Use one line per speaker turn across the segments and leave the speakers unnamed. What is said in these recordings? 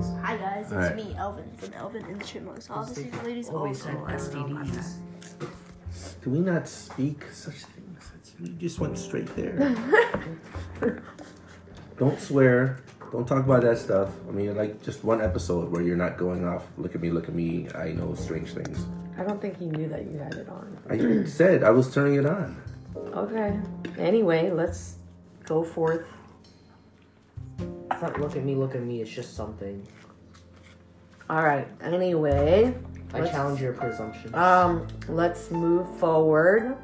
guys, it's
Alright.
me, Elvin, from Elvin and the Chipmunks. All the
Because they
secret ladies
always
also.
had
I don't know about that.
STDs.
Can we not speak such things? It's, we just went straight there. don't swear. Don't talk about that stuff. I mean, like just one episode where you're not going off. Look at me, look at me. I know strange things.
I don't think he knew that you had it on.
I said I was turning it on.
Okay. Anyway, let's go forth.
It's not look at me, look at me. It's just something.
All right. Anyway,
I
Let's-
challenge your presumption.
um, let's move forward.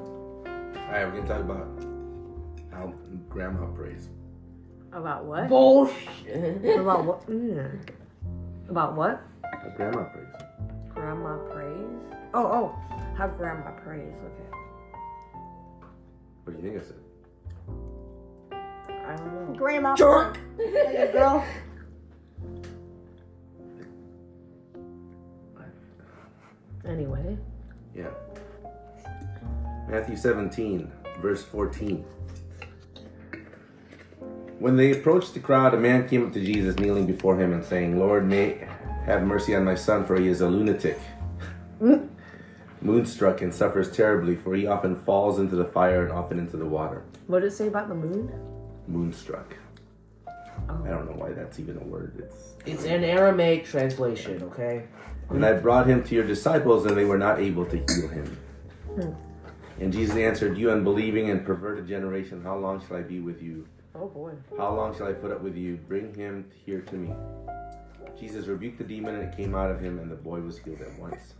All right, we're gonna talk about how grandma prays.
About what?
Bullshit.
About what? Mm. About what?
How grandma prays.
Grandma prays. Oh, oh, how grandma prays. Okay.
What do you think I said?
I don't know.
Grandma.
Jerk.
Like a girl.
Anyway,
Yeah. Matthew 17, verse 14. When they approached the crowd, a man came up to Jesus, kneeling before him and saying, Lord, may have mercy on my son, for he is a lunatic, moonstruck, and suffers terribly, for he often falls into the fire and often into the water.
what did it say about the moon?
Moonstruck. I don't know why that's even a word. It's
it's an Aramaic translation, okay?
And I brought him to your disciples, and they were not able to heal him. And Jesus answered, You unbelieving and perverted generation, how long shall I be with you?
Oh boy.
How long shall I put up with you? Bring him here to me. Jesus rebuked the demon, and it came out of him, and the boy was healed at once.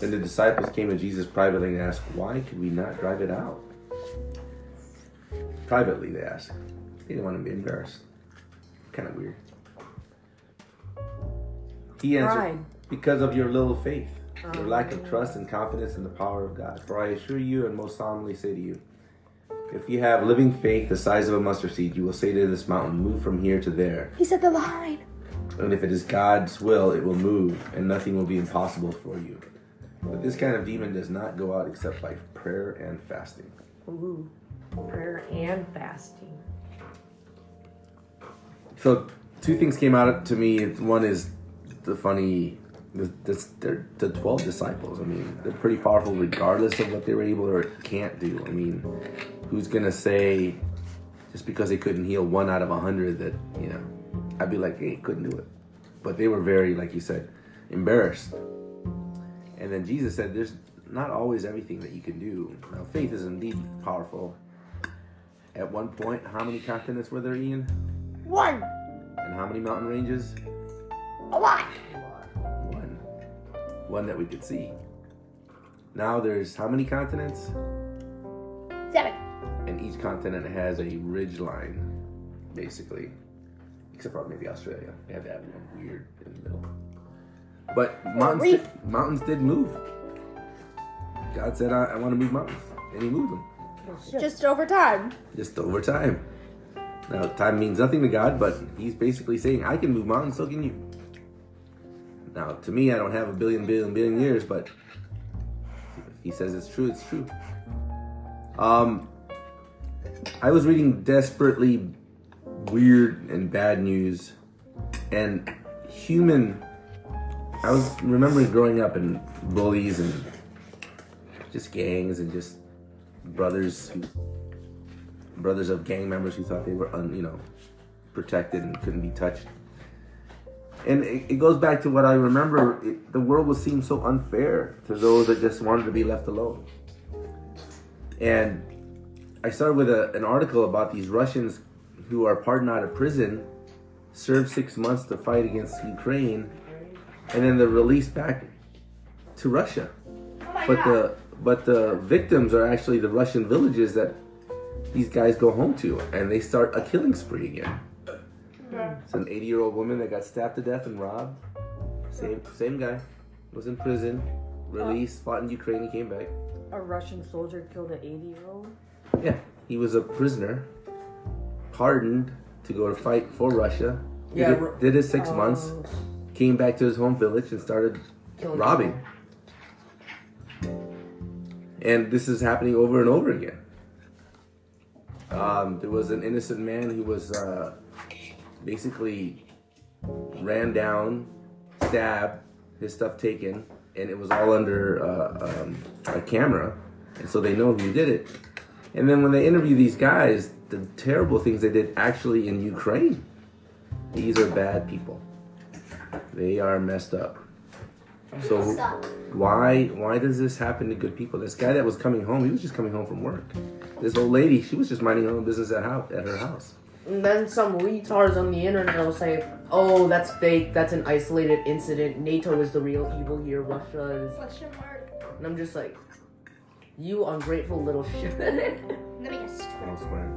then the disciples came to Jesus privately and asked, Why could we not drive it out? Privately, they asked. They didn't want to be embarrassed. Kind of weird. He answered,
Pride.
Because of your little faith, your lack of trust and confidence in the power of God. For I assure you and most solemnly say to you, if you have living faith the size of a mustard seed, you will say to this mountain, Move from here to there.
He said the line.
And if it is God's will, it will move, and nothing will be impossible for you. But this kind of demon does not go out except by prayer and fasting.
Ooh. Prayer and fasting.
So, two things came out to me. One is the funny, the, this, they're the 12 disciples. I mean, they're pretty powerful regardless of what they were able or can't do. I mean, who's going to say, just because they couldn't heal one out of a 100, that, you know, I'd be like, hey, couldn't do it. But they were very, like you said, embarrassed. And then Jesus said, There's not always everything that you can do. Now, faith is indeed powerful. At one point, how many continents were there, Ian?
One.
And how many mountain ranges?
A lot.
One. One that we could see. Now there's how many continents?
Seven.
And each continent has a ridge line, basically. Except for maybe Australia. They have that one weird in the middle. But mountains,
reef.
mountains did move. God said, I, I want to move mountains. And he moved them.
Just over time.
Just over time. Now, time means nothing to God, but he's basically saying, I can move mountains, so can you. Now, to me, I don't have a billion, billion, billion years, but if he says it's true, it's true. Um, I was reading desperately weird and bad news, and human. I was remembering growing up and bullies and just gangs and just brothers who brothers of gang members who thought they were, un, you know, protected and couldn't be touched. And it, it goes back to what I remember. It, the world was seen so unfair to those that just wanted to be left alone. And I started with a, an article about these Russians who are pardoned out of prison, served six months to fight against Ukraine, and then they're released back to Russia. but the but the victims are actually the Russian villages that these guys go home to, and they start a killing spree again. It's an 80 year old woman that got stabbed to death and robbed. Same same guy was in prison, released, fought in Ukraine, he came back.
A Russian soldier killed an 80 year old.
Yeah, he was a prisoner, pardoned to go to fight for Russia. He
Yeah,
did,
Ru- Oh.
did his six months,
Oh.
came back to his home village and started
Killing
robbing. And this is happening over and over again. Um, there was an innocent man who was uh, basically ran down, stabbed, his stuff taken, and it was all under uh, um, a camera, and so they know who did it. And then when they interview these guys, the terrible things they did actually in Ukraine. These are bad people. They are messed up. So
Stop.
why why does this happen to good people? This guy that was coming home, he was just coming home from work. This old lady, she was just minding her own business at house at her house.
And then some retards on the internet will say, "Oh, that's fake. That's an isolated incident. NATO is the real evil here. Russia is."
Question mark.
And I'm just like, "You ungrateful little shit."
Let me guess.
elsewhere.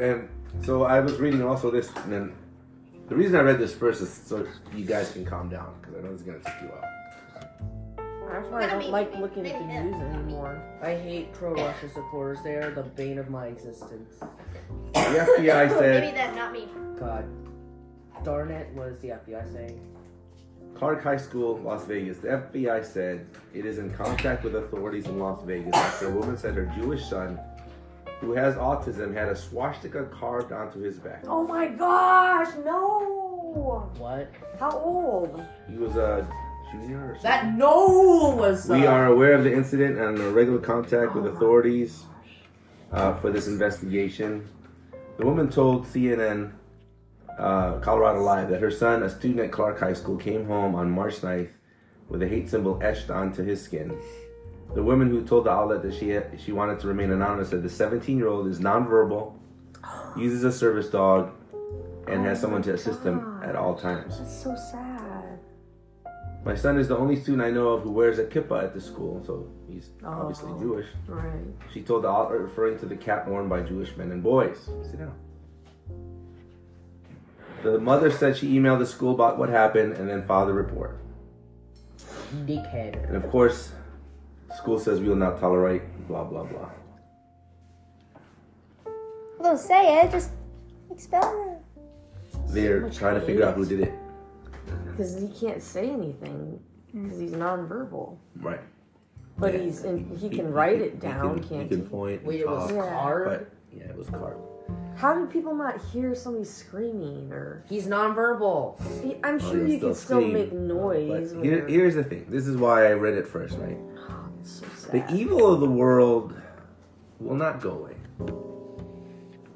And so I was reading also this, and then the reason I read this first is so you guys can calm down because I know this is gonna take you out.
That's why I don't like looking at the news anymore.
I hate pro-Russia supporters. They are the bane of my existence.
The FBI
Maybe
said
that, not me.
God, darn it! What is the FBI saying?
Clark High School, Las Vegas. The FBI said it is in contact with authorities in Las Vegas after a woman said her Jewish son, who has autism, had a swastika carved onto his back.
Oh my gosh, no!
What?
How old?
He was a junior or something.
That no was.
We
uh,
are aware of the incident and are in regular contact with authorities uh, for this investigation. The woman told CNN uh, Colorado Live that her son, a student at Clark High School, came home on March 9th with a hate symbol etched onto his skin. The woman who told the outlet that she she wanted to remain anonymous said the 17 year old is nonverbal, uses a service dog, and has someone to assist him at all times.
That's so sad.
My son is the only student I know of who wears a kippah at the school, so he's obviously
Oh.
Jewish.
Right.
She told the outlet, referring to the cap worn by Jewish men and boys. Sit down. The mother said she emailed the school about what happened and then filed a report.
dickhead.
And of course, school says we will not tolerate blah blah blah.
Well, don't say it. Just expel
They're trying to figure out who did it.
Because he can't say anything
Mm.
because he's nonverbal.
Right.
But
Yeah.
he's in, he can write it down,
he can,
can't
he?
he?
Can point.
Wait,
Wait,
it was
Yeah.
carved.
But yeah, it was card.
How do people not hear somebody screaming or?
He's nonverbal.
He- I'm
Oh,
sure
you'll
you can
still
still
scream,
make
But
noise. when
here,
you're-
here's the thing. This is why I read it first, right?
Oh, it's so sad.
The evil of the world will not go away.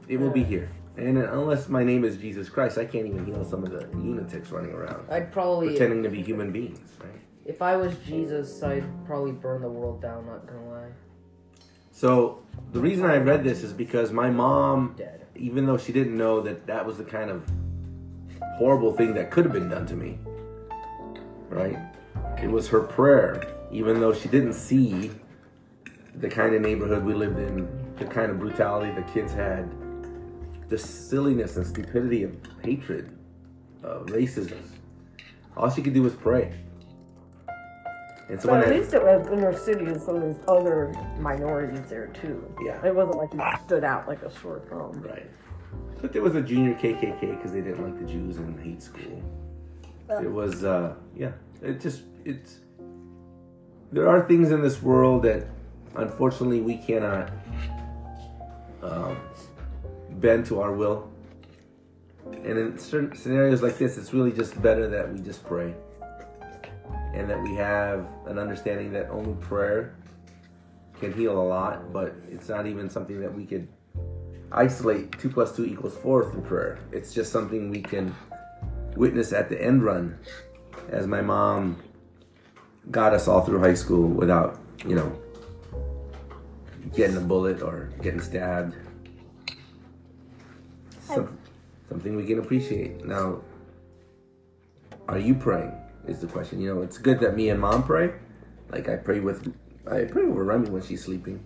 It will be here. And unless my name is Jesus Christ, I can't even heal some of the lunatics running around
I'd probably,
pretending to be human beings, right?
if I was Jesus, I'd probably burn the world down. Not gonna lie,
So the reason I read this is because my mom,
dead.
even though she didn't know that that was the kind of horrible thing that could have been done to me, right? It was her prayer, even though she didn't see the kind of neighborhood we lived in, the kind of brutality the kids had, the silliness and stupidity of hatred, of racism. All she could do was pray. And so
But
when
at
I,
least it was inner city and some of these other minorities there too.
Yeah.
It wasn't like you stood out like a sore thumb.
Right. But there was a junior KKK because they didn't like the Jews and hate school. It was, uh, yeah. It just, it's. There are things in this world that, unfortunately, we cannot um, bend to our will. And in certain scenarios like this, it's really just better that we just pray. And that we have an understanding that only prayer can heal a lot, but it's not even something that we could isolate two plus two equals four through prayer. It's just something we can witness at the end run as my mom got us all through high school without, you know, getting a bullet or getting stabbed. Some, something we can appreciate. Now, are you praying? Is the question. You know, it's good that me and mom pray. Like I pray with, I pray over Remy when she's sleeping.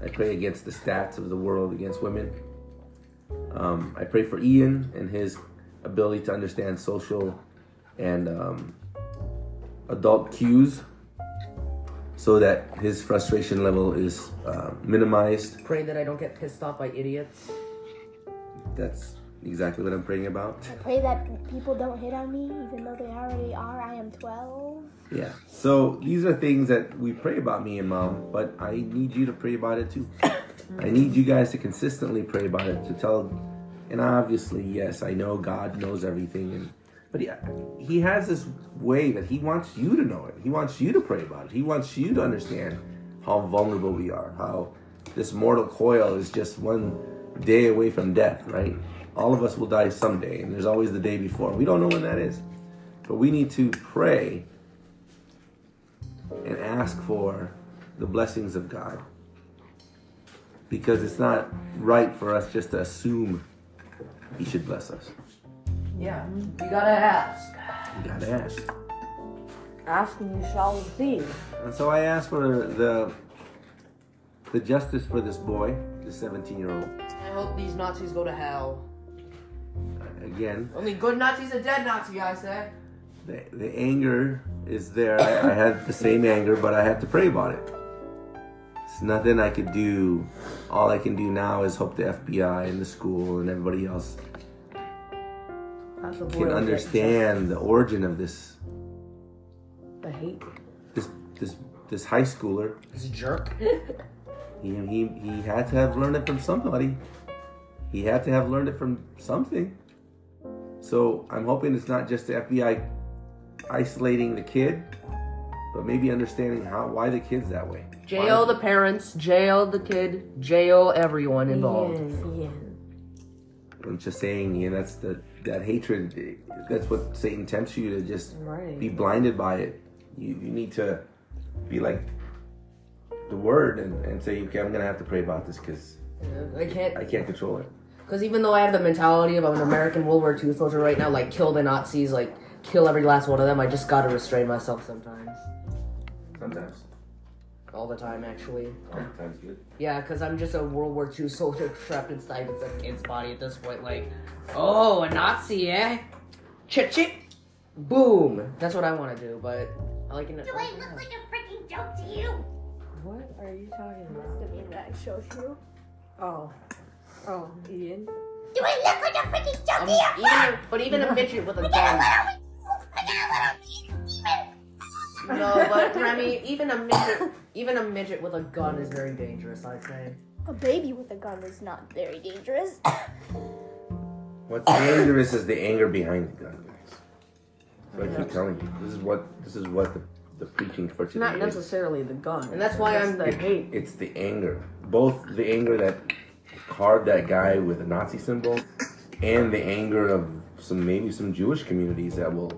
I pray against the stats of the world against women. Um, I pray for Ian and his ability to understand social and um, adult cues so that his frustration level is uh, minimized.
Pray that I don't get pissed off by idiots.
That's exactly what I'm praying about.
I pray that people don't hit on me, even though they already are. I am 12.
Yeah. So these are things that we pray about, me and mom, but I need you to pray about it too. I need you guys to consistently pray about it to tell. And obviously, yes, I know God knows everything, and but he, he has this way that he wants you to know it. He wants you to pray about it. He wants you to understand how vulnerable we are. How this mortal coil is just one day away from death. Right? All of us will die someday, and there's always the day before. We don't know when that is, but we need to pray and ask for the blessings of God. Because it's not right for us just to assume He should bless us.
Yeah. You gotta ask.
You gotta ask.
Ask and you shall receive.
And so I asked for the the justice for this boy, the 17 year old.
I hope these Nazis go to hell.
Again,
Only good Nazis are dead Nazi, I say.
the, the anger is there. I, I had the same anger, but I had to pray about it. It's nothing I could do. All I can do now is hope the FBI and the school and everybody else
That's the
can
boy.
understand the origin of this
The hate.
this this this high schooler.
This jerk.
He he he had to have learned it from somebody. He had to have learned it from something. So I'm hoping it's not just the FBI isolating the kid, but maybe understanding how why the kid's that way.
Jail
Why-
the parents, jail the kid, jail everyone involved.
Ian, Ian.
I'm just saying, yeah, that's the that hatred. That's what Satan tempts you to just
Right.
be blinded by it. You you need to be like the word and, and say, okay, I'm gonna have to pray about this because
I can't,
I can't control it.
because even though I have the mentality of I'm an American World War II soldier right now, like kill the Nazis, like kill every last one of them, I just gotta restrain myself sometimes.
Sometimes,
All the time, actually.
sometimes good.
Yeah, because I'm just a World War II soldier trapped inside of a kid's body at this point. Like, oh, a Nazi, eh? Chit chit. Boom. That's what I want to do, but I like an.
like a freaking joke to you.
What are you talking about?
The meme that I showed you.
Oh. Oh, Ian.
Do I look like a freaking joke
Um,
to you?
even, but even a midget with a gun.
I
Oh,
got a little piece
No, but Remy, even a midget, even a midget with a gun is very dangerous. I'd say.
A baby with a gun is not very dangerous.
What's dangerous is the anger behind the gun, guys. That's what I keep telling you. This is what this is what the, the preaching for today
Not
is.
necessarily the gun.
And that's why
Just
I'm-
the hate.
It's the anger, both the anger that carved that guy with a Nazi symbol, and the anger of some maybe some Jewish communities that will.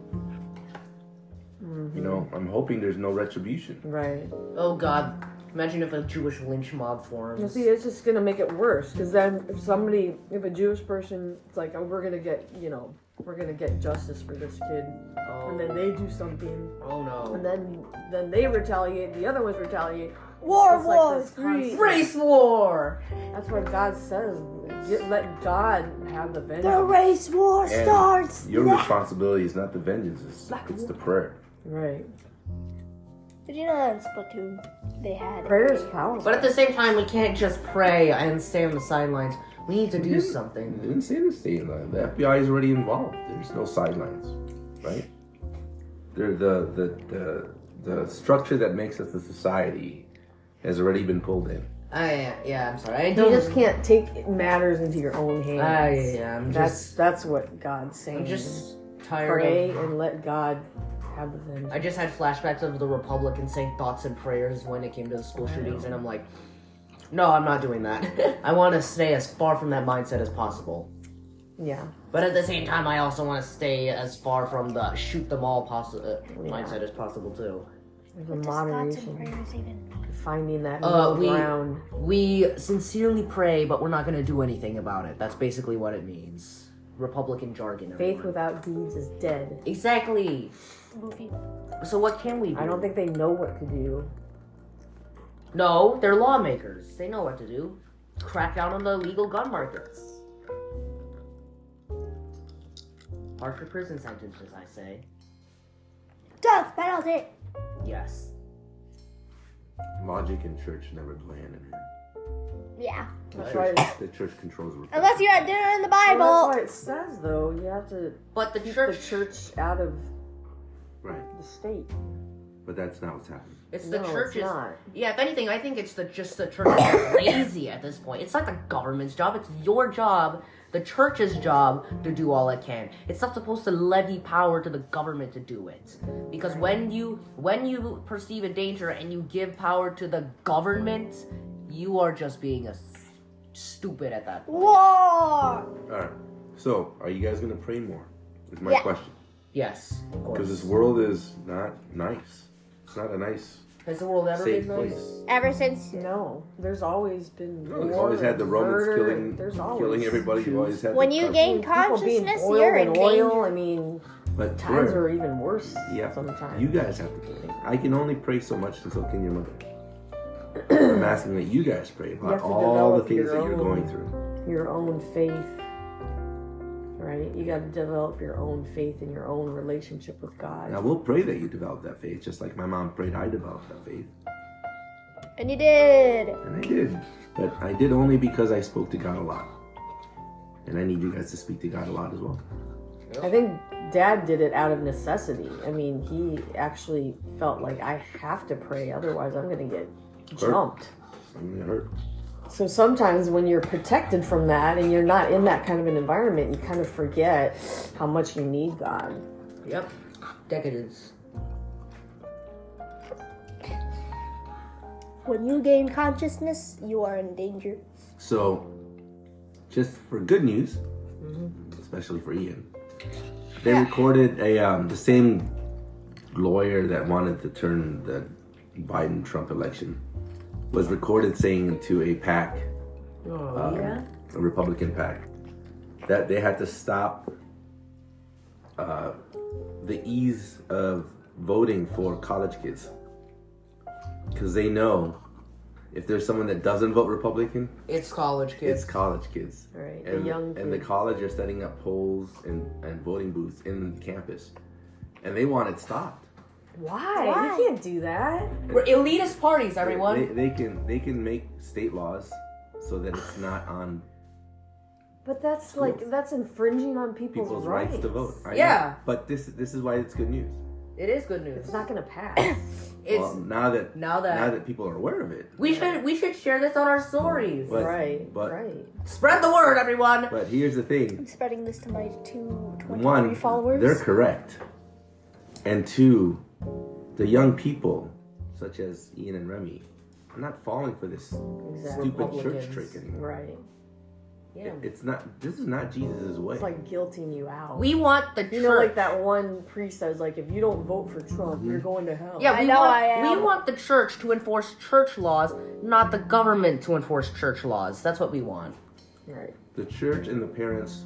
You know, I'm hoping there's no retribution.
Right.
Oh God, imagine if a Jewish lynch mob
You
forms.
see, it's just gonna make it worse because then if somebody, if a Jewish person, it's like, oh, we're gonna get, you know, we're gonna get justice for this kid, and then
Oh,
they do something,
oh no.
and then then they retaliate, the other ones retaliate.
War
It's like this constant-
Race war.
That's what God says. Get, let God have the
The
vengeance.
race war
And
starts.
Your
now.
responsibility is not the vengeance; it's, it's the prayer.
Right.
Did you know that in Splatoon they had
Prayer is powerful.
But at the same time, we can't just pray and stay on the sidelines. We need to
Mm-hmm.
do something.
They didn't say the sideline. The FBI is already involved. There's no sidelines, right? They're the the the, the structure that makes us a society has already been pulled in.
I, yeah, I'm sorry. I
You
don't.
just can't take matters into your own hands.
I, yeah, I'm
Ah, that's
just.
that's what God's saying.
I'm just tired.
pray
Of,
and let God have the vengeance.
I just had flashbacks of the Republic and saying thoughts and prayers when it came to the school shootings, and I'm like, no, I'm not doing that. I want to stay as far from that mindset as possible.
Yeah.
But at the same time, I also want to stay as far from the shoot them all possi- uh, mindset as possible too.
There's a
What does thoughts and
moderation.
prayers even mean?
Finding that
Uh,
middle
we-
ground.
We sincerely pray, but we're not going to do anything about it. That's basically what it means. Republican jargon.
Faith
everyone.
without deeds is dead.
Exactly.
Goofy.
So what can we do?
I don't think they know what to do.
No, they're lawmakers. They know what to do. Crack down on the illegal gun markets. Harsher prison sentences, I say.
Death penalty.
Yes.
Logic and church never go hand in hand.
Yeah.
The
That's
church,
right.
the church controls. were-
Unless you're at dinner in the
Well,
Bible.
that's why it says though. You have to
But the
keep
church,
the church out of
Right,
the state.
But that's not what's happening.
It's the
No, it's
church's.
not.
Yeah, if anything, I think it's the just the church is lazy at this point. It's not the government's job. It's your job, the church's job, to do all it can. It's not supposed to levy power to the government to do it, because when you when you perceive a danger and you give power to the government, you are just being a s- stupid at that.
War.
All right. So, are you guys gonna pray more? Is my
Yeah.
question.
Yes, of
Because
course.
this world is not nice. It's not a nice,
Has the world ever
safe
been
place.
nice?
Ever since
No, there's always been.
No, it's
war
always had the
and
Romans
murder,
killing,
and There's always
killing everybody. You always had
when
the
you
cusp-
gain
People being
consciousness,
boiled
you're
in
in
oil.
danger.
I mean,
but
times
prayer-
are even worse.
Yeah,
sometimes
you guys have to pray. I can only pray so much, and so can your mother. I'm asking that you guys pray
You
about
have to
all the
develop
things
your
that you're
own-
going through.
your own faith, right? You got to develop your own faith and your own relationship with God.
And I will pray that you develop that faith, just like my mom prayed I developed that faith.
And you did.
And I did. But I did only because I spoke to God a lot. And I need you guys to speak to God a lot as well.
I think dad did it out of necessity. I mean, he actually felt like I have to pray, otherwise, I'm going to get jumped.
I'm gonna hurt.
So sometimes when you're protected from that and you're not in that kind of an environment, you kind of forget how much you need God.
Yep, decadence.
When you gain consciousness, you are in danger.
So, just for good news, especially for Ian, they recorded a um, the same lawyer that wanted to turn the Biden Trump election was recorded saying into a pack, um, a Republican pack, that they had to stop uh, the ease of voting for college kids because they know if there's someone that doesn't vote Republican
It's college kids.
it's college kids.
Right, the
And,
young
and the college are setting up polls and, and voting booths in campus. And they want it stopped.
Why?
Why?
You can't do that.
We're elitist parties, everyone.
They, they can they can make state laws so that it's not on
But that's like that's infringing on people's,
people's rights. to vote. I know.
Yeah.
But this this is why it's good news.
It is good news.
It's not going to pass.
It's
well, now that
now that-
now that people are aware of it.
we should we should share this on our stories.
But-
right.
but-
right.
Spread the word, everyone.
But here's the thing.
I'm spreading this to my two
One,
23 followers.
they're correct. And two, the young people, such as Ian and Remy, are not falling for this
Exactly.
stupid church
Republicans.
trick anymore.
Right. Yeah.
It's not. This is not Jesus' way.
It's like guilting you out.
We want the
you
church.
know, like that one priest that was like, if you don't vote for Trump,
Mm-hmm.
you're going to hell.
Yeah,
I
we
know
want
I am.
we want the church to enforce church laws, not the government to enforce church laws. That's what we want.
Right.
the church and the parents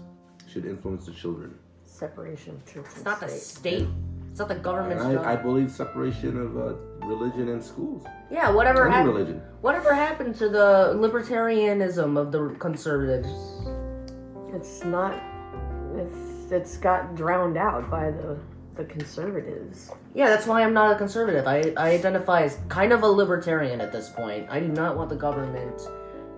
should influence the children.
Separation of church
It's
and
not the
state.
state. It's not the
And
government's job.
I, I believe separation of uh, religion and schools.
yeah, whatever
Any
happened.
religion.
Whatever happened to the libertarianism of the conservatives?
It's not. It's it's got drowned out by the the conservatives.
Yeah, that's why I'm not a conservative. I, I identify as kind of a libertarian at this point. I do not want the government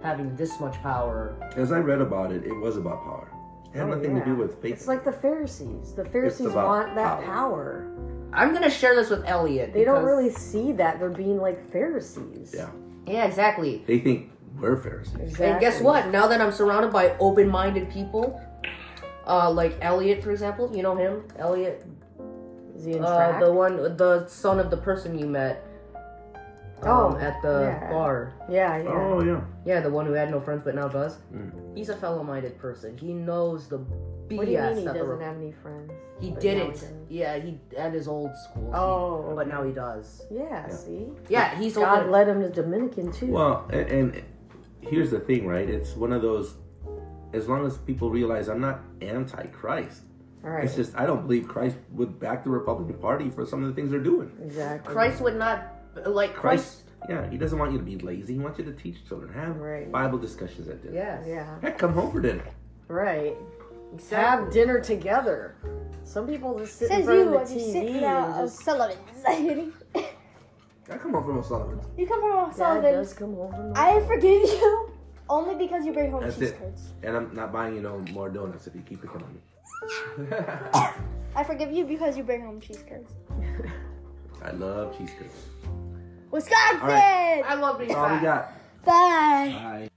having this much power.
As I read about it, it was about power. It had
Oh,
nothing
yeah.
to do with faith.
It's like the Pharisees. The Pharisees
about
want that
power.
power.
I'm gonna share this with Elliot.
They don't
because-
really see that they're being like Pharisees.
yeah.
Yeah, exactly.
They think we're Pharisees.
Exactly.
And guess what? Now that I'm surrounded by open-minded people, uh, like Elliot, for example, you know him, Elliot,
Is he in
uh,
track?
the one, the son of the person you met. Um,
Oh,
at the
yeah.
bar.
Yeah, yeah.
Oh yeah.
Yeah, the one who had no friends but now does.
Mm.
He's a fellow-minded person. He knows the BS
what do you mean he
that the
doesn't have any friends?
He
But now
didn't.
he does.
Yeah, he at his old school. He-
Oh,
but now he does.
Yeah, see?
Yeah, he's
God
open.
led him to Dominican too.
Well, and, and here's the thing, right? It's one of those. As long as people realize I'm not anti-Christ,
All right.
it's just I don't believe Christ would back the Republican Party for some of the things they're doing.
exactly.
Christ would not like
Christ,
Christ.
yeah, he doesn't want you to be lazy. He wants you to teach children. Have
Right.
Bible discussions at dinner.
Yes.
Yeah.
Heck, come home for dinner.
Right.
Exactly.
Have dinner together. Some people just sit in
Says
front
you
of
as
the
you
TV
sit
and
now of
just
Sullivan's.
I come home from O'Sullivan's.
you come from
Dad
Oh,
does
Sullivan's.
come over.
I forgive you only because you bring home
That's
cheese
it.
curds.
And I'm not buying you no more donuts if you keep picking on me.
I forgive you because you bring home cheese curds.
I love cheesecake.
Wisconsin.
All right.
I love being
That's all we
fat.
got.
Bye.
Bye.